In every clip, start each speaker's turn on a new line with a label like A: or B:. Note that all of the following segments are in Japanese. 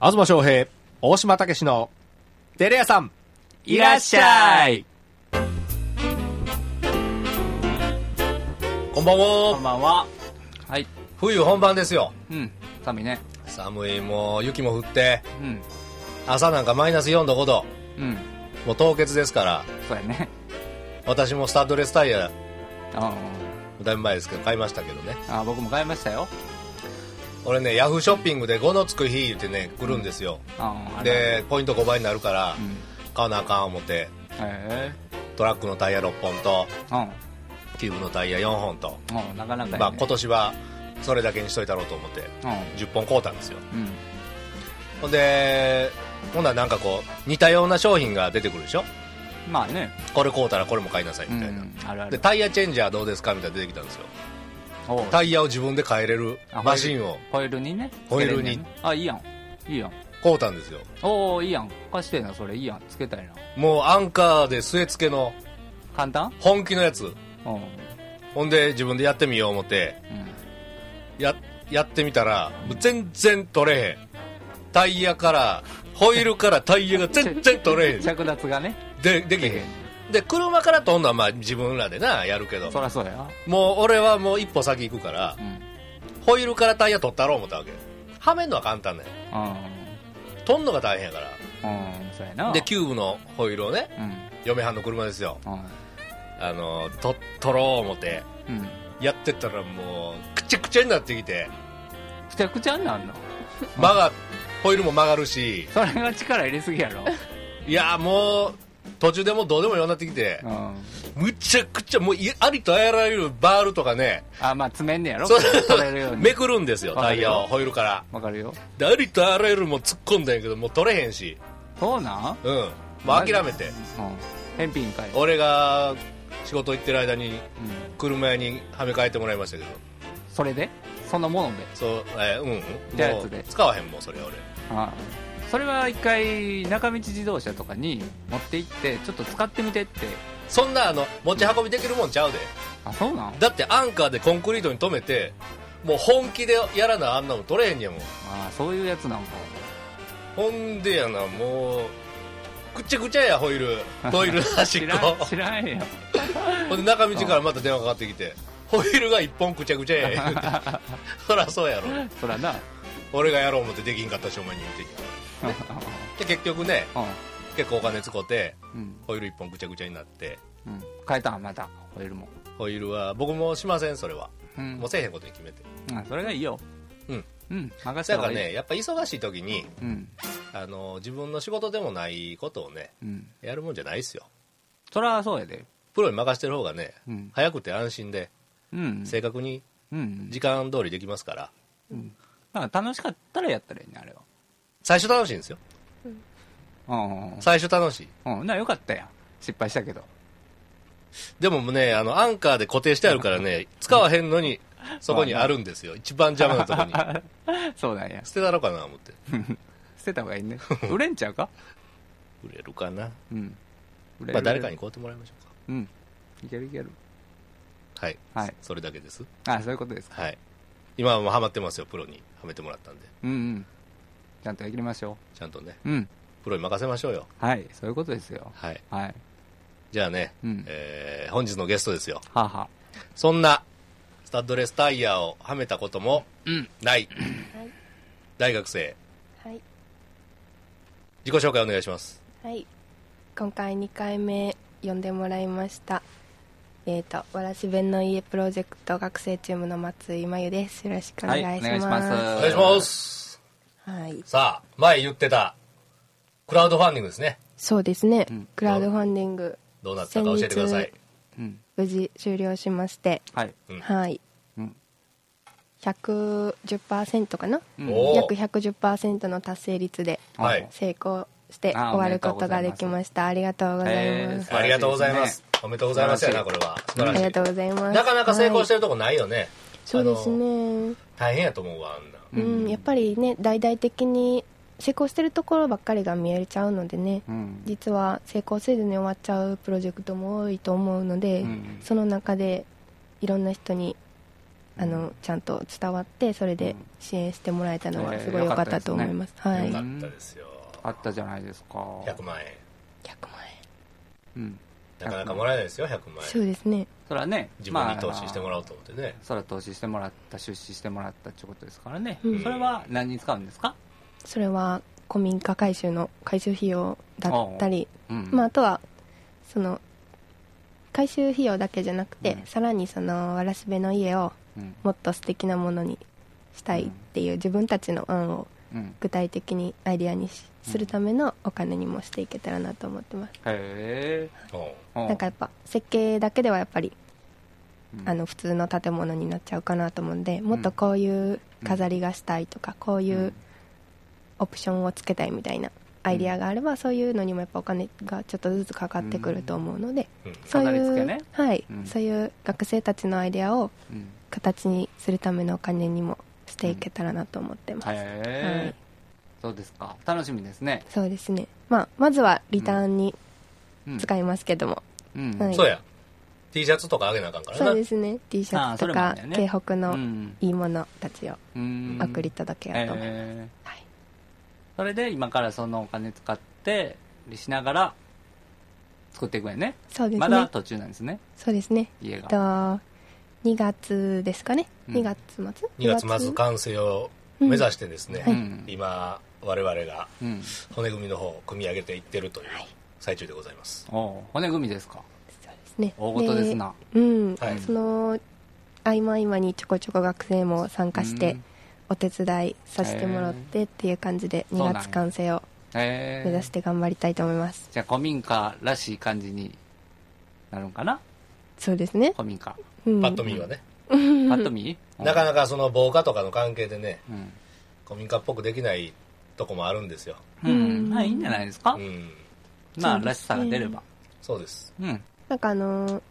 A: 東翔平、大島武史の、テレ屋さん、
B: いらっしゃい
A: こんばん
B: こん
A: は。
B: ばんは。はい。
A: 冬本番ですよ。
B: うん。寒いね。
A: 寒い、もう雪も降って、
B: うん。
A: 朝なんかマイナス4度5度、
B: うん。
A: もう凍結ですから、
B: そうやね。
A: 私もスタッドレスタイヤ、
B: あ
A: だいぶ前ですけど、買いましたけどね。
B: あ、僕も買いましたよ。
A: 俺ね、ヤフーショッピングで5のつく日言ってね、来るんですよ。
B: ああ、あれ。
A: で、ポイント5倍になるから
B: う、ん。
A: 買わなあかん思って、
B: へ
A: トラックのタイヤ6本と、
B: え。うん。
A: キューブのタイヤ4本と、
B: もうなかなかやね。
A: まあ今年はそれだけにしといたろうと思って、10本買うたんですよ。
B: うん。うん。
A: ほんで、ほんならなんかこう、似たような商品が出てくるでしょ
B: まあね。
A: これ買うたらこれも買いなさいうみたいな。
B: ん。あるあ
A: で、
B: る。
A: タイヤチェンジャーどうですかみたいなの出てきたんですよ。
B: おう
A: タイヤを自分で変えれる
B: あ
A: マシンを
B: ホイールにね。
A: ホイールに
B: つけれんねんね。あ、いいやん。いいやん。
A: 買うたんですよ。
B: おおいいやん。貸してえな、それ。いいやん。つけたいな。
A: もうアンカーで据え付けの
B: 簡単
A: 本気のやつ。
B: うん。うん。
A: ほんで自分でやってみよう思って、や、やってみたら、もう全然取れへん。タイヤから、ホイールからタイヤが全然取れへん。
B: 着脱がね。
A: でできへんで車から飛んだはまあ自分らでなやるけど
B: そらそうや。
A: もう俺はもう一歩先行くから
B: うん。
A: ホイールからタイヤ取ったろう思ったわけはめんのは簡単だよ
B: う
A: 取んのが大変やか
B: ん。うん。そうやな。
A: らでキューブのホイールをね
B: うん。
A: 嫁はんの車ですよ
B: うん。
A: あのと取ろう思って
B: うん。
A: やってったらもうくちゃくちゃになってきて
B: くちゃくちゃになんの
A: 曲がホイールも曲がるし
B: それは力入れすぎやろ。
A: いやもう途中でもうどうでもようになってきて
B: うん。
A: むちゃくちゃもういありとあらゆるバールとかね
B: あ、まあ、詰めんねやろ
A: そう
B: 取れるように
A: め。くるんですよ
B: わ
A: タ
B: か
A: イ
B: る
A: ヤ
B: よ
A: をホイールから
B: わかるよ。
A: でありとあらゆるもん突っ込んだんやけどもう取れへんし
B: そうなん
A: うんもう諦めて
B: うん。返品かい。
A: 俺が仕事行ってる間に
B: うん。
A: 車屋にはめ替えてもらいましたけど
B: それでそのもので。
A: そうえーうん
B: じゃあや
A: うん
B: つ
A: もう
B: で
A: 使わへんもんそれ俺
B: あそれは一回、中道自動車とかに持って行って、ちょっと使ってみてって。
A: そんなあの持ち運びできるもんちゃうで
B: あ、そうなん
A: だってアンカーでコンクリートに止めてもう本気でやらなあんなもん取れへんやもん
B: あそういうやつなんか。
A: ほんでやなもうくちゃくちゃやホイー ルホイールの端っ
B: 知
A: こ
B: らん、知らんよ。
A: ほんで中道からまた電話かかってきてホイールが一本くちゃくちゃや言 うてそらそうやろ
B: そらな。
A: 俺がやろう思ってできんかったしお前に言ってきたで結局ね
B: う
A: 結構お金使って
B: ん。うん。
A: ホイール一本ぐちゃぐちゃになって
B: うん。変えたんまた。ホイールも。
A: ホイールは僕もしませんそれは
B: うん
A: もう。せえへんことに決めて
B: うんそれがいいよ。
A: うん。
B: うん。任せ
A: だ
B: た
A: か
B: 方
A: ら
B: がいい。
A: ねやっぱ忙しい時に
B: うん。
A: あの自分の仕事でもないことをね
B: うん。
A: やるもんじゃないっすよ
B: そらそうやで。
A: プロに任してる方がね
B: うん。
A: 早くて安心で
B: うん。
A: 正確に
B: うん。
A: 時間通りできますから
B: まあ楽しかったらやったらいいね、あれは。
A: 最初楽しいんですよ
B: う
A: 最初楽しい
B: ん。うん。な、よかったやん。失敗したけど。
A: でもねあのアンカーで固定してあるからね使わへんのにそこにあるんですよ一番邪魔な とこに
B: そうなんや。
A: 捨てたろうかな思って
B: 捨てた方がいい ね。売れんちゃうか
A: 売れるかな
B: うん。売れる
A: まあ誰かに。買うてもらいましょう
B: うん。いけるいける。
A: かはい、
B: はい
A: それだけです
B: あ、そういうことですか。
A: はい今はもうハマってますよプロにはめてもらったんで
B: うんうん。ちゃんとやりましょ
A: ちゃんとね
B: う。うん。
A: プロに任せましょうよ
B: はい。そういうことですよ。
A: はい
B: はい。
A: じゃあね、
B: うん
A: えー本日のゲストですよ
B: はあはあ。
A: そんなスタッドレスタイヤをはめたことも
B: うん
A: ない、
C: はい
A: 大学生
C: はい、
A: 自己紹介お願いします
C: はい、今回2回目呼んでもらいましたえーとわらし弁の家プロジェクト学生チームの松井真由ですよろしくお願いします,、
B: はいお願い
A: お
B: しま
A: 願いします
C: はい
A: さあ前言ってたクラウドファンディングですね
C: そうですね、
B: うん
C: クラウドファンディング
A: どうなったか教えてください
C: 先
B: うん。
C: 無事終了しまして
B: はい。
A: うん
C: はい
B: うん。
C: 110%かな
B: うん
A: おー
C: 約110%の達成率で
A: はい
C: 成功して
B: あー
C: 終わることができましたありがとうございます、
B: へー
A: ありがとうございますおめでとうございますやなこれは素晴
C: あ
A: らし
C: り
A: い
C: がとうございます
A: なかなか成功してるとこないよね、
C: そうです
A: あの
C: ね、
A: 大変やと思うわあんな
C: う
B: うん
C: ん、やっぱりね大々的に成功してるところばっかりが見えちゃうのでね、
B: うん。
C: 実は成功せずに終わっちゃうプロジェクトも多いと思うので、
B: うん
C: その中でいろんな人にあのちゃんと伝わってそれで支援してもらえたの
B: え
C: は
B: ー
C: すごい良かったと思います,、はい
A: よ
C: 100
A: か
C: 万
A: ったですよ
B: あったじゃないですか
A: 100万円
B: うん
A: なかなかもらえないですよ100万
C: 円そ
A: 円
C: うですね
B: それはね
A: 自分に投資してもらおうと
B: まあ
A: 思ってね
B: それは投資してもらった出資してもらったってことですからね、
C: うん
B: それは何に使うんですか、
C: それは古民家改修の改修費用だったり
B: うん
C: まあ、あとはその改修費用だけじゃなくて、
B: うん
C: さらにそのわらしべの家を
B: うん
C: もっと素敵なものにしたいっていう自分たちの案を
B: うん
C: 具体的にアイデアにし
B: うん
C: するためのお金にもしていけたらなと思ってます、
B: へ
A: うん
B: え
C: なんかやっぱ設計だけではやっぱり、
B: うん
C: あの普通の建物になっちゃうかなと思うんでもっとこういう飾りがしたいとか、こういううんオプションをつけたいみたいなアイデアがあれば、そういうのにもやっぱお金がちょっとずつかかってくると思うので、
A: うん
C: そうい
B: 飾り付け
C: う、
B: ね
C: はい、
B: うん
C: そういう学生たちのアイデアを
B: うん
C: 形にするためのお金にもしていけたらなと思ってます、
B: へえ、
C: はい
B: そうですか楽しみですね、
C: そうですね、まあ、まずはリターンに
B: うん、
C: 使いますけども、
B: うん
C: はい
A: そうや T シャツとかあげなあかんからな
C: そうですね T シャツと
B: あ
C: か
B: ーそれもあるんだよね
C: 京北
B: う
C: の
B: ん
C: いいものたちを
B: うん
C: 送り届けようと思います、
B: え
C: はい
B: ーそれで今からそのお金使ってしながら作っていくんやね
C: そうですね、
B: まだ途中なんですね
C: そうですね
B: 家が
C: えっと2月ですかね、
B: うん
C: 2月末
A: 2月まず完成を目指してですね、
B: うん
A: 今我々が
B: うん
A: 骨組みの方を組み上げていってるという最中でございます、
B: おう骨組みですか
C: そうですね
B: 大事ですな
C: うん、
A: はい
C: その合間合間にちょこちょこ学生も参加してお手伝いさせてもらってっていう感じで
B: そうな
C: 2
B: んや
C: 月完成を
B: へえ
C: 目指して頑張りたいと思います
B: じゃあ古民家らしい感じになるんかな
C: そうですね、
B: 古民家
C: うん、
A: パッと見はね、
B: パッと見
A: なかなかその防火とかの関係でね
B: うん
A: 古民家っぽくできないとこもあるんですよ
B: う
C: うんん
B: まあいいんじゃないですか
A: うん
B: まあ
C: そうですね
B: らしさが出れば
A: そうです
B: うん
C: なんかあのー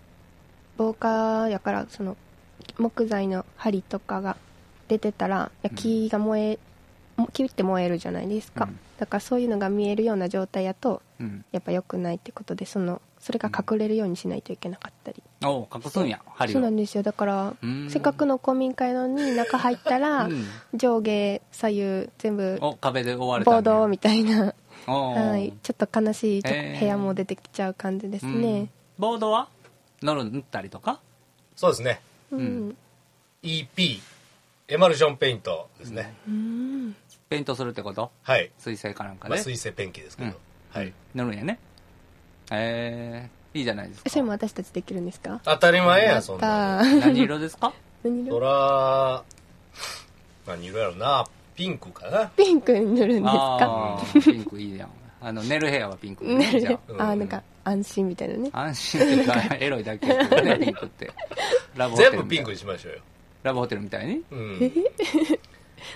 C: 防火やからその木材の針とかが出てたらいや
B: うん
C: 木が燃え、も木って燃えるじゃないですか、
B: うん
C: だからそういうのが見えるような状態やと
B: うん
C: やっぱ良くないってことでそのそれが隠れるようにしないといけなかったり、
B: おう隠すんや針
C: そうな
B: を
C: んですよだから
B: うん
C: せっかくの公民会のに中入ったら、
B: うん
C: 上下左右全部
B: お壁で覆われた
C: ボー
B: んだ
C: ドみたいな、
B: おう
C: はい、ちょっと悲しいとこ
B: へー
C: 部屋も出てきちゃう感じです
B: うん
C: ね、
B: ボードは乗る塗ったりとか
A: そうですね
C: うん
A: EP エマルションペイントですね、
C: うん
B: ペイントするってこと
A: はい、
B: 水性かなんか
A: まあ、
B: で
A: 水性ペンキですけど、
B: うん
A: はい
B: 乗るんやねえー、いいじゃないですか
C: それも私たちできるんですか
A: 当たり前や
C: やっ
A: そんな
C: た
A: の
C: ー
B: 何色ですか
C: 何
A: そ
C: 色
A: ら何色やろなピンクかな
C: ピンクに塗る んですか
B: あーピンクいいやんあの寝る部屋はピンクね、
C: 塗る
B: じゃ
A: うん
C: あーなんか安心みたいなね
B: あ安心っていうかエロいだけですよねピンクってラブホテル
A: 全部ピンク
B: みたい
A: にしましょうよ
B: ラブホテルみたいに
A: うん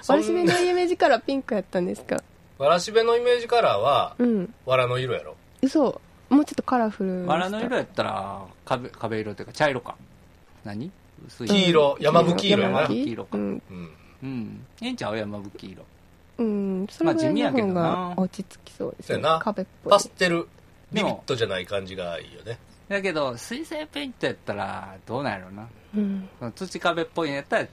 A: そん
C: 私めのイメージからピンクやったんですか
A: わらしべのイメージカラーは、
C: うん
A: わらの色やろ
C: 嘘もうちょっとカラフル
B: バラの色
C: で
B: やったら壁壁色っていうか茶色か何薄い
A: 黄色
C: した
A: 山吹色や
C: 山
A: な
C: 吹
B: 黄色か
C: うん
A: うん
B: うんええんちゃう山吹色
C: うんそれぐらい
B: ま
C: の方
B: あ地味やけどな
C: が落ち着きそうです
A: そう
C: ね
A: やな
C: 壁っぽい
A: パステルビ
B: で
A: ビ
B: も
A: ットじゃない感じがいいよね
B: だけど水性ペイントやったらどうなんやろうな
C: うん
B: その土壁っぽいのやったら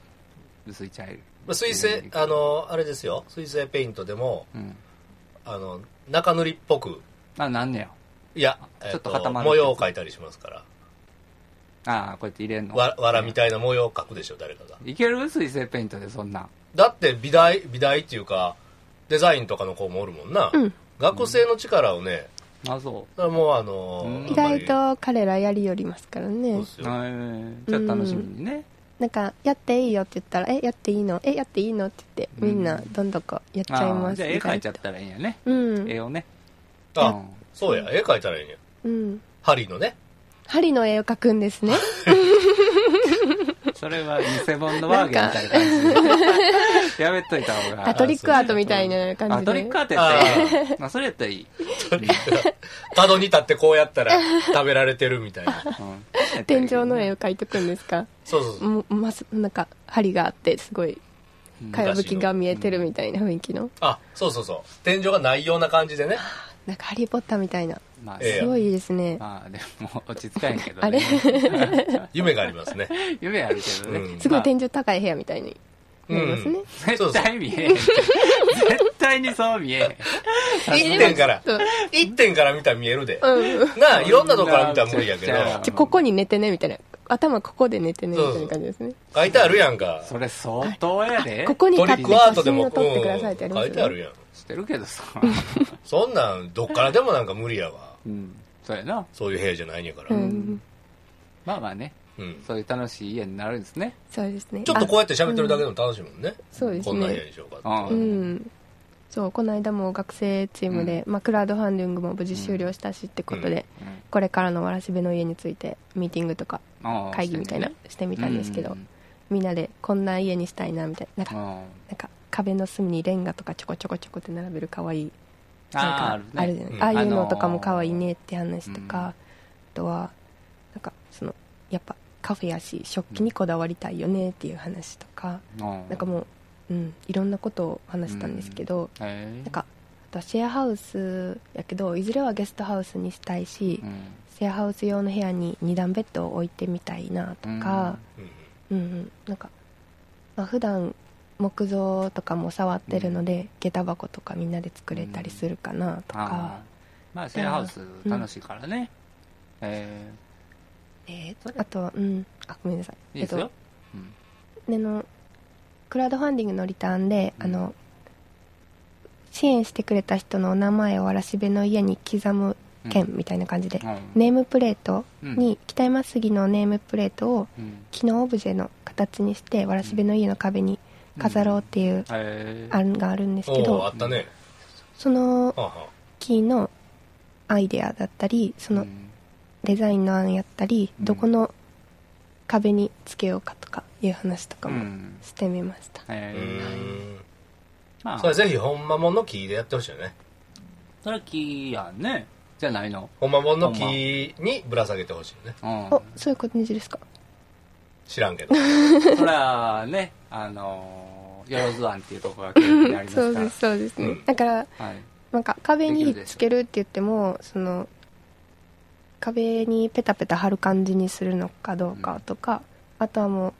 B: 薄い茶色
A: まあ水性あのあれですよ水性ペイントでも
B: うん
A: あの中塗りっぽく
B: あなんねや
A: いや、え
B: ちょ
A: っ
B: っ
A: と
B: と固まる
A: 模様を描いたりしますから
B: ああこうやって入れんの
A: わわらみたいな模様を描くでしょ誰かが
B: いける水性ペイントでそんなん
A: だって美大美大っていうかデザインとかの子もおるもんな、
C: うん
A: 学生の力をね
B: あそ
A: それはもうあの
B: うん
C: 意外と彼らやりよりますから
A: そう
C: ね
A: っす
B: う
A: よ
B: はいじゃあ楽しみにね
C: なんかやっていいよって言ったらえやっていいのえやっていいのって言ってみんなどんどんこうやっちゃい
B: あ
C: ま
B: あ
C: す
B: じゃあ絵
C: 意外
B: 描いち
C: と
B: ゃったらいいんやね
C: うん
B: 絵をねう
A: あ
B: ん
A: そうや絵描いたらいいんや
C: うん
A: ハリーのね
C: 針の絵を描くんです ね
B: それは偽物のワーゲンみたいな感じで やめといた方が
C: あトリックアートみたいな感じ
B: あ
C: で、
B: トリックアートやったらいいまあそれやったらいい、
A: 角に立ってこうや ったら食べられてるみたいな
B: うん
C: 天井の絵を描いとくんですか
A: そうそうそう
C: もますなんか針があってすごい
B: うん
C: かやぶきが見えてるみたいな雰囲気の
A: あそうそうそう天井がないような感じでね
C: なんか「ハリー・ポッター」みたいな
B: まあ、
A: ええ
C: すごいいいですね
B: まあでも落ち着かへんけど、ね、
C: あれ
A: 夢があります ね。
B: 夢あるけどね、
A: うん
C: すごい天
B: 井
C: 井高い部屋みたいになりますね、
A: そう
B: 絶
A: そう。
B: 対見えへん絶対にそう見えへん
A: 一点から
C: ちょっと
A: 一点から見たら見えるで。
C: うん
A: なあ、いろんなとこから見たら無理やけど
B: そんな。
C: ちょここに寝てねみたいな頭ここで寝てねみたいな感じですね
A: 書いてあるやんか。
B: それ相当やで
C: ここに
A: ト
C: 立
A: リ
C: って
A: ックアー
C: 写
A: トで
C: 真
A: も、う
C: を
A: ん
C: 撮ってくださいってありま
A: 書
C: す
A: いてあ
C: よね
A: るやん。
B: してるけどさ
A: そんなん、どっからでもなんか無理やわ。
B: うんそうやな
A: そういう部屋じゃないんやから
C: う。ん
B: まあまあね
A: うん。
B: そういう楽しい家になるんですね
C: そうですね
A: ちょっとこう
C: あ
A: やって喋ってるだけでも楽しいもんね。
C: そうで
A: こ
C: すね
A: んな部屋にしようかっ
B: う
A: て。
C: うんそうこの間も学生チームで、まあ、クラウドファンディングも無事終了したしってことで、
B: うん
C: これからのわらしべの家についてミーティングとか会議みたいなしてみたんですけど、みんなでこんな家にしたいなみたいななんかなんか壁の隅にレンガとかちょこちょこちょこって並べる可愛いなんか
B: ああ
C: あ
B: あ
C: る
B: る
C: じゃない、
A: うん
C: ああいうのとかも可愛いねって話とか、
B: あのーうん
C: あとはなんかそのやっぱカフェやし食器にこだわりたいよねっていう話とか、
B: ね
C: なんかもう、うん、いろんなことを話したんですけど、
B: へえ
C: なんかあとはシェアハウスやけどいずれはゲストハウスにしたいし、
B: うん
C: シェアハウス用の部屋に2段ベッドを置いてみたいなとか、
A: うん
C: うんうんなんか、まあ、普段木造とかも触ってるので、下駄箱とかみんなで作れたりするかなと
B: あ
C: か
B: あ、まあシェアハウス楽しいからねえ
C: ねあとはうんあごめんなさい
B: えいいです
C: えっ
B: ようん
C: とでのクラウドファンディングのリターンで、
B: うん
C: あの支援してくれた人のお名前をわらしべの家に刻む券みたいな感じで、
B: うん
C: ネームプレート
B: うん
C: に北山杉のネームプレートを
B: うん
C: 木のオブジェの形にしてわらしべの家の壁に飾ろうっていう
B: へえ
C: 案があるんです
A: お
C: け
A: ーあ
C: ど
A: ったね。
C: その
A: はあは
C: 木のアイデアだったりその
B: うん
C: デザインの案やったり
B: うん
C: どこの壁につけようかとかいう話とか
B: う
C: も
B: ん
C: してみました、
A: あ。う
B: ええ
A: ん。
B: まあ
A: それぜひ、ほんまもんの木でやってほしいよね。
B: それ木やんねじゃないの
A: ほんまもんの木にぶら下げてほしいよね。
B: うん
C: おそういう感じですか
A: 知らんけど。
B: それはねあのよろず庵っていうところが県にありますか
C: そ
B: ら
C: うですそうですね、
A: うん
C: だから
B: はい
C: なんか壁
B: でき
C: に
B: るでしょ
C: つけるって言ってもその壁にペタペタ貼る感じにするのかどうかとか、あとはもう、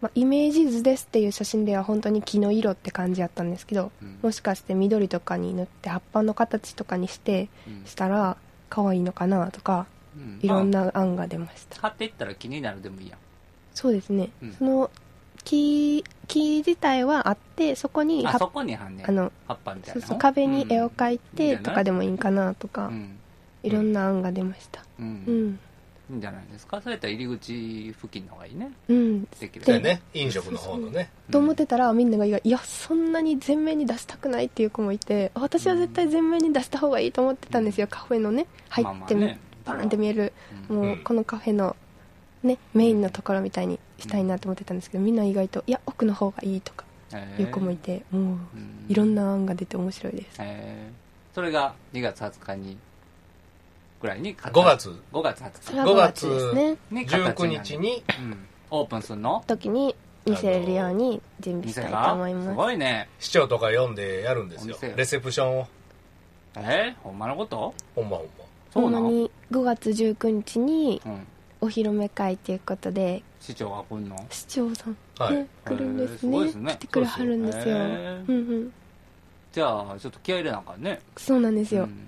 C: まあイメージ図ですっていう写真では本当に木の色って感じやったんですけど、
B: うん
C: もしかして緑とかに塗って葉っぱの形とかにして
B: うん
C: したら可愛いのかなとか
B: うん
C: いろんな案が出ました、
B: 買っていったら気になるでもいいや
C: そうですね、
B: うん
C: その木木自体はあってそこに
B: あそ
C: 葉っ
B: こに貼んねん
C: あの
B: 葉っぱみたい
C: そう
B: な
C: そう壁に絵を描い
B: うんいいんじゃ
C: て
B: ない
C: とかでもいいかなとか、
B: うん
C: いろんな案が出ました。
B: う
C: うんん。
B: いいんじゃないですかそれやったら入り口付近の方がいいね
C: うん。
B: できる
A: そうやね。飲食の方のね。
C: と思ってたら、みんなが、いや、いやそんなに前面に出したくないっていう子もいて、私は絶対前面に出した方がいいと思ってたんですよ。カフェのね、入
B: まあま
C: っ
B: あ
C: てみ、
B: ね
C: バーンって見える、
B: うん
C: もう、このカフェの、ね、メインのところみたいにしたいなと思ってたんですけど、みんな意外と、いや、奥の方がいいとか、
B: へえ
C: いう子もいて、もう、
B: うん
C: いろんな案が出て面白いです。
B: へえそれが2月20日にぐらいに
A: 5月
B: 5月20
C: そ
B: 日
C: れは
A: 5
C: 5
A: 月
C: 月ですね。
B: に
A: 19日に、
B: うんオープンするの
C: 時に見せれるように準備し
B: 店
C: たい
B: が
C: と思い
B: す
C: ます。
B: ごいね
A: 市長とか読んでやるんですよ
B: お店。
A: レセプションを。
B: えー、ほんまのこと
A: ほんまほんま。
B: そ
C: ほ
B: うんな
C: ま
B: の、
C: に5月19日に
B: うん、
C: お披露目会ということで
B: 市長が来んの
C: 市長さん、ね
A: はい
C: 来るんです
B: へーすご
C: ね
B: いですね
C: 来てくれはるんですよ
B: そうですよね
C: うんうん、
B: じゃあちょっと気合い入れなんかんね
C: そうなんですよ、
B: ん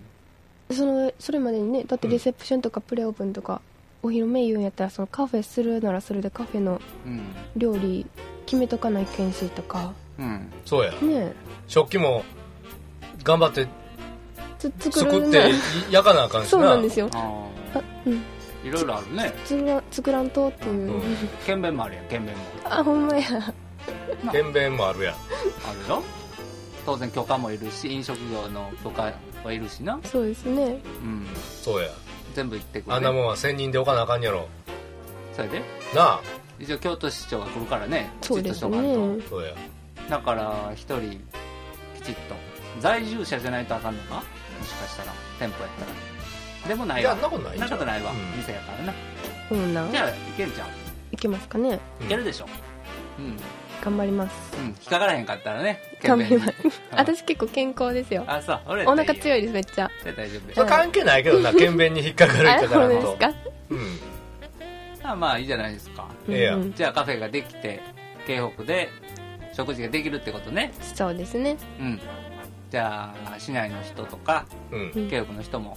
C: そのそれまでにねだってレセプションとかプレオープンとかお披露目言うんやったらそのカフェするならそれでカフェの
B: うん
C: 料理決めとかないけんしとか
B: うん
A: そうや。
C: ね
A: 食器も頑張って
C: つ作
A: 作
C: る
A: って
C: な
A: 焼かなあかんしな。
C: そうなんですよ
B: あ
C: あうん
B: あいろいろあるね
C: 作ら作らんとっていう、
A: うん
B: 剣弁もあるやん剣弁も
C: あほんまや
A: てんべんもあるやん。
B: あるよ当然許可もいるし飲食業の許可はいるしな
C: そうですね
B: うん
A: そうや。
B: 全部行ってく
A: あ
B: る、
A: ん
B: ね
A: な、もんは1000人で置かなあかんやろ。
B: それで
A: なあ。
B: 一応京都市長が来るからねき
C: そ
B: ち
C: う
B: っ
C: で
B: とし
C: す
B: とかんと、
C: ね
A: そうや。
B: だから一人きちっと在住者じゃないとあかんのかもしかしたら店舗やったらでもないい
A: や、
B: わ
A: んなことないん
B: な
A: ちゃ
B: こ
A: う
B: とないわ、
A: うん
B: 店やからな
C: ほんな
B: じゃあいけるじゃん
C: いけますかね
A: うん
B: いけるでしょうん、
C: 頑張ります
B: うん、引っかからへんかったらね
C: 頑張ります
B: 懸命に
C: 私結構健康ですよ
B: あそう俺
C: お腹
B: い
C: 強いですめっちゃ
B: 大丈
A: それ関係ないけどな検便に引っかかる
C: あ
A: 人
C: れ
A: か
C: そう
A: ら
C: です
A: と
C: か
A: うん
B: 夫あまあいいじゃないですか
A: ええやん
C: うんうん
B: じゃあカフェができて京北で食事ができるってことね
C: そうですね
B: うんじゃあ市内の人とか
A: うん
C: うん
B: 京北の人も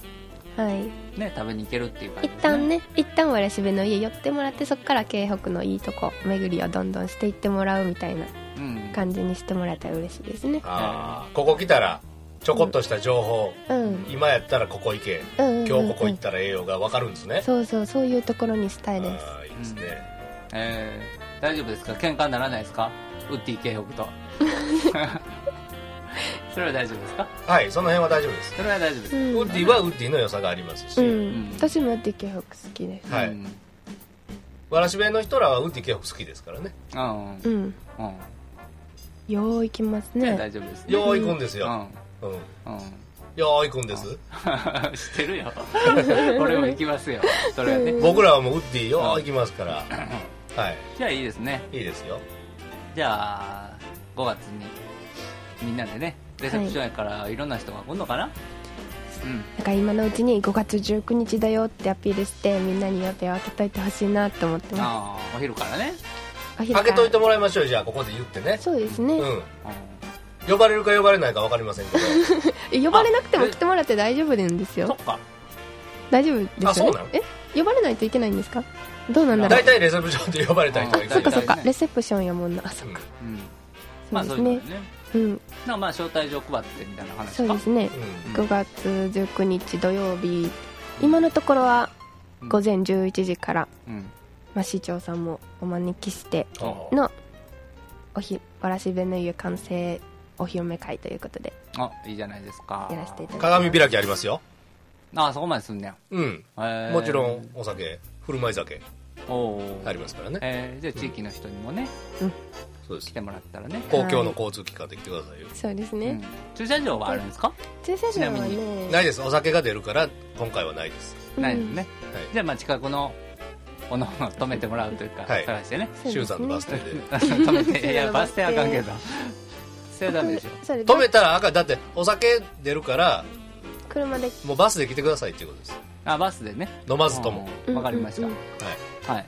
C: はい
B: ね食べに行けるっていう感じ
C: 一
B: です
C: 旦ね一旦わらしべの家寄ってもらってそこから京北のいいとこ巡りをどんどんしていってもらうみたいな
B: うん
C: 感じにしてもらえたら嬉しいですね
A: ああここ来たらちょこっとした情報、
C: うんうん
A: 今やったらここ行け
C: うんうんうん
A: 今日ここ行ったら栄養が分かるんですね、
C: そうそうそういうところにしたいです
A: ああいいですね、
B: えー、大丈夫ですか喧嘩にならないですかウッディ京北と それは大丈夫ですか
A: はいその辺は大丈夫です、
B: それは大丈夫です
C: う
B: か、
C: ん
A: ウッディはウッディの良さがありますし、
C: う
B: うん
C: ん私もやって京北好きです
A: はい
B: うん
A: わらしべの人らはウッディ結構好きですからね
B: うん、うん
C: うんよう行きます
B: じゃあ
C: ね
B: 大丈夫ですね
A: よう行くんです
B: う
A: よ、
B: ん
A: うん
B: うん、
A: よう行くんです、
B: 知ってるよ 俺も行きますよそれはね
A: 僕らはもうウッディよう行きますから、 はい
B: じゃあいいですね
A: いいですよ
B: じゃあ5月にみんなでねレセプションやからいろんな人が来るのかな、
C: なんか今のうちに5月19日だよってアピールしてみんなに予定を開けといてほしいなと思って
B: うん
C: ま
B: ああお昼からね、
C: すお昼か
A: 開
C: ら
A: けといてもらいましょうじゃあここで言ってね
C: そうですね、
A: うん
B: う
A: 呼ばれるか呼ばれないか分かりませんけ
C: え呼ばれなくても来てもらって大丈夫なんです
B: ん、そっ
C: よ
B: か
C: 大丈夫ですよ、ね、
A: あそうなの
C: え呼ばれないといけないんですかどうなん
A: ど
C: だろう
A: 大体レセプションで呼ばれた人がいる
B: そ
C: そ
B: っ
C: っ
B: かそ
C: かそ
B: っ
C: っ
B: か
C: かレセプションやもんなあそっか、
B: うん
C: そ
B: まあ、そう
C: うですね
B: いうのね
C: うん
B: なんかまあ招待状配ってみたいな話か
C: そうですね
A: うんうん
C: 5月19日土曜日今のところは午前11時から、
B: うん
C: まあ、市長さんもお招きして
A: あー
C: のおひわらしべの湯完成お披露目会ということで
B: あいいじゃないですか
C: やらせていただきます
A: 鏡開きありますよ
B: ああそこまですんねや
A: うん
B: へえ
A: もちろんお酒振る舞い酒
B: おお
A: ありますからね、
B: えーじゃあ地域の人にもね
A: そうで
B: 来
A: す
B: てもらったらね、
A: 公共の交通機関で来てくださいよ、
C: そうです
B: う
C: ね
B: ん、駐車場はあるんですか、
C: 駐車場は
B: ちなみ
C: ね
A: ないですお酒が出るから今回はないです
C: うん
B: ないですね、
A: はい
B: じゃあまあ近くのおのおの止めてもらうというか、
A: はい
B: 探してね
C: そうですね
A: 周さんのバス停で
B: 止めていやバス停あかんけどそれはダメでしょ
C: それ
A: 止めたらあかんだってお酒出るから
C: 車で
A: もうバスで来てくださいっていうことです
B: あバスでね
A: 飲まずともは
B: うんわかりまし
C: うんうん
B: たはい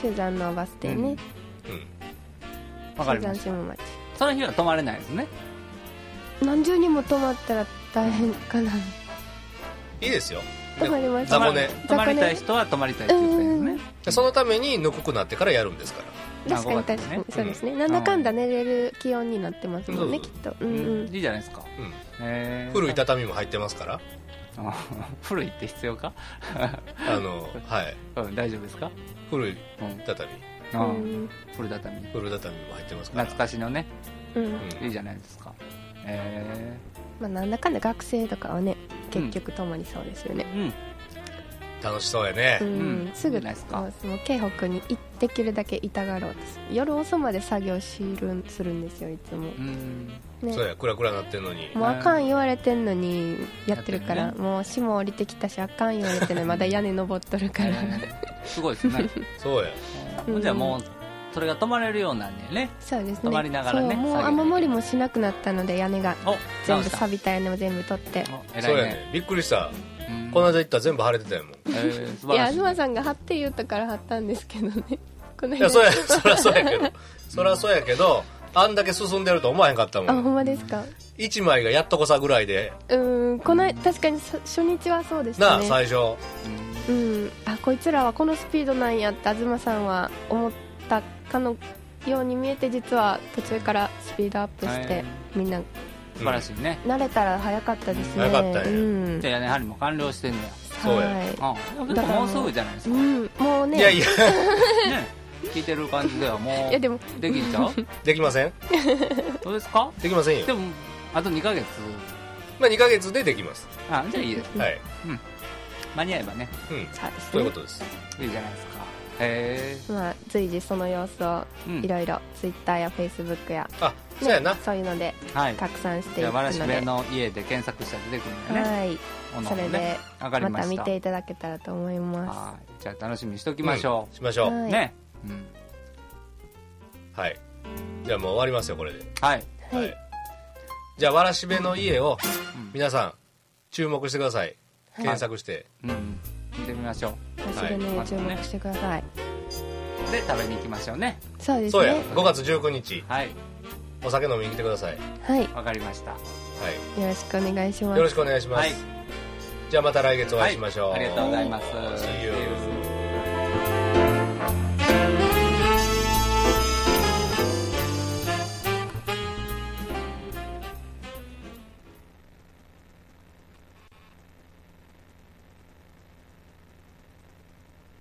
C: 中山のバス停ね
A: い、うん、
B: わかり
C: 中
B: ま
C: 山
B: し
C: 下町
B: たその日は泊まれないですね
C: 何重にも止まったら大変かない
A: いですよ
C: 止まりました
A: 雑
B: 泊
A: 魚
B: ま
A: 寝
B: 泊まりたい人は泊まりたいって言ったよね
A: でそのためにぬくくなってからやるんですから
C: 確か
B: まあ5
C: に
B: 月
C: 確
B: ね
C: かにそうですねなんだかんだ寝れる気温になってますもんね
A: うん
C: きっとう
B: うん
C: うん
B: いいじゃないですか、
A: うん
B: えー
A: 古い畳も入ってますから
B: あ古いって必要か
A: あ のはい
B: うん大丈夫ですか、
A: 古い
B: うん
A: 畳
B: あ
C: うん
B: 古畳
A: 古い畳も入ってますから
B: 懐かしのね
C: うん
A: う
B: い
A: ん
B: いじゃないですかえ
C: まあなんだかんだ学生とかはね結局泊まりそうですよね
B: ー、うん
A: 楽しそうやね
C: うん
B: うん
C: す
B: い
C: ぐ
B: いじゃないですか
C: もうもう京北に行ってきるだけいたがろうとする夜遅まで作業しるんするんですよいつも
B: うん
C: ね
A: そうやクラクラなってんのに
C: もうあかん言われてんのにやってるか
B: やっ
C: ら
B: て
C: もう霜降りてきたしあかん言われてんのにまだ屋根登っとるから
B: えーすごいです ね、
A: そうや
C: うん
B: じゃあもうそれが泊まれるようなんだよね
C: そうですね
B: 泊まりながらね
C: そうもう
B: 作業
C: 雨漏りもしなくなったので屋根が
B: お
C: 全
B: 直
C: 部
B: した
C: 錆びた屋根を全部取って
B: お偉
A: そうや
B: いね
A: ねびっくりした
B: うん
A: この間行ったら全部晴れてたやもん
B: えー素
C: い
B: 晴
C: や
B: らしい
C: 東さんが貼って言うたから貼ったんですけどね この
A: いや
C: 間
A: そうや そりゃそうやけどそりゃそうやけどあんだけ進んでると思わへんかった
C: あほ
A: もん
C: んまですか
A: 1枚がやっとこさぐらいで
C: うーんこの確かにさ初日はそうでし
A: な
C: た
A: あ
C: ね
A: 最初
C: うん、あこいつらはこのスピードなんやって東さんは思ったかのように見えて実は途中からスピードアップして、
B: はい
C: みんな
B: 素晴らしいね、
C: 慣れたら早かったですね
A: 早かったね
C: うん
B: じゃあ屋根張りも完了してんのや
A: そうや
C: は
B: あでももうすぐじゃないです
C: い、う
B: か、
C: ん、もう
A: い
C: ね
A: やいや
B: ね聞いてる感じではも
C: いうやでも
B: できんちゃ う
A: できません
B: どうですか
A: できませんよ
B: でもあと2ヶ月
A: まあ2ヶ月でできます
B: あじゃあいいです
A: はい
B: 間に合えばね
A: うん
C: そうです
A: という
C: ね
A: ことです
B: いいじゃないですかへ
C: まあ随時その様子を
B: え、うん
C: いろいろツイッターやフェイスブックや、
A: あそうや
C: ね
A: な
C: そういうので
B: はい
C: 拡散してい
B: じゃあ
C: く
B: わ
C: の
B: ら
C: で
B: しべの家で検索したら出てくるんだよね
C: はい
B: おのお
C: そ
B: の
C: れ
B: ね
C: で
B: わかり
C: ま
B: ま
C: た
B: し
C: 見
B: た
C: ていただけたらと思いま
B: はいじゃあ楽しみにしておきましょ
A: うんしまし
C: す
A: ょ
C: は
B: う
C: い
B: ねうん
A: うはいじゃあもう終わりますよこれで
B: はい
C: はい、
A: じゃあわらしべの家を
B: うん
A: 皆さん注目してください
C: はい
A: 検索して、
B: うん見てみましょ
C: 私でね、
B: はい
C: 注目してください、
B: うで食べに行きましょうね
C: そうです
A: そうや
C: ね
A: 5月19日
B: はい
A: お酒飲みに来てください、
C: はいよ
B: わかりました
A: は
C: ろしくお願いしま
A: い、よろ
C: す
A: しくお願いします、
B: はい
A: じゃあまた来月お会いしましょう、
B: はい、ありがとうございます
A: See you.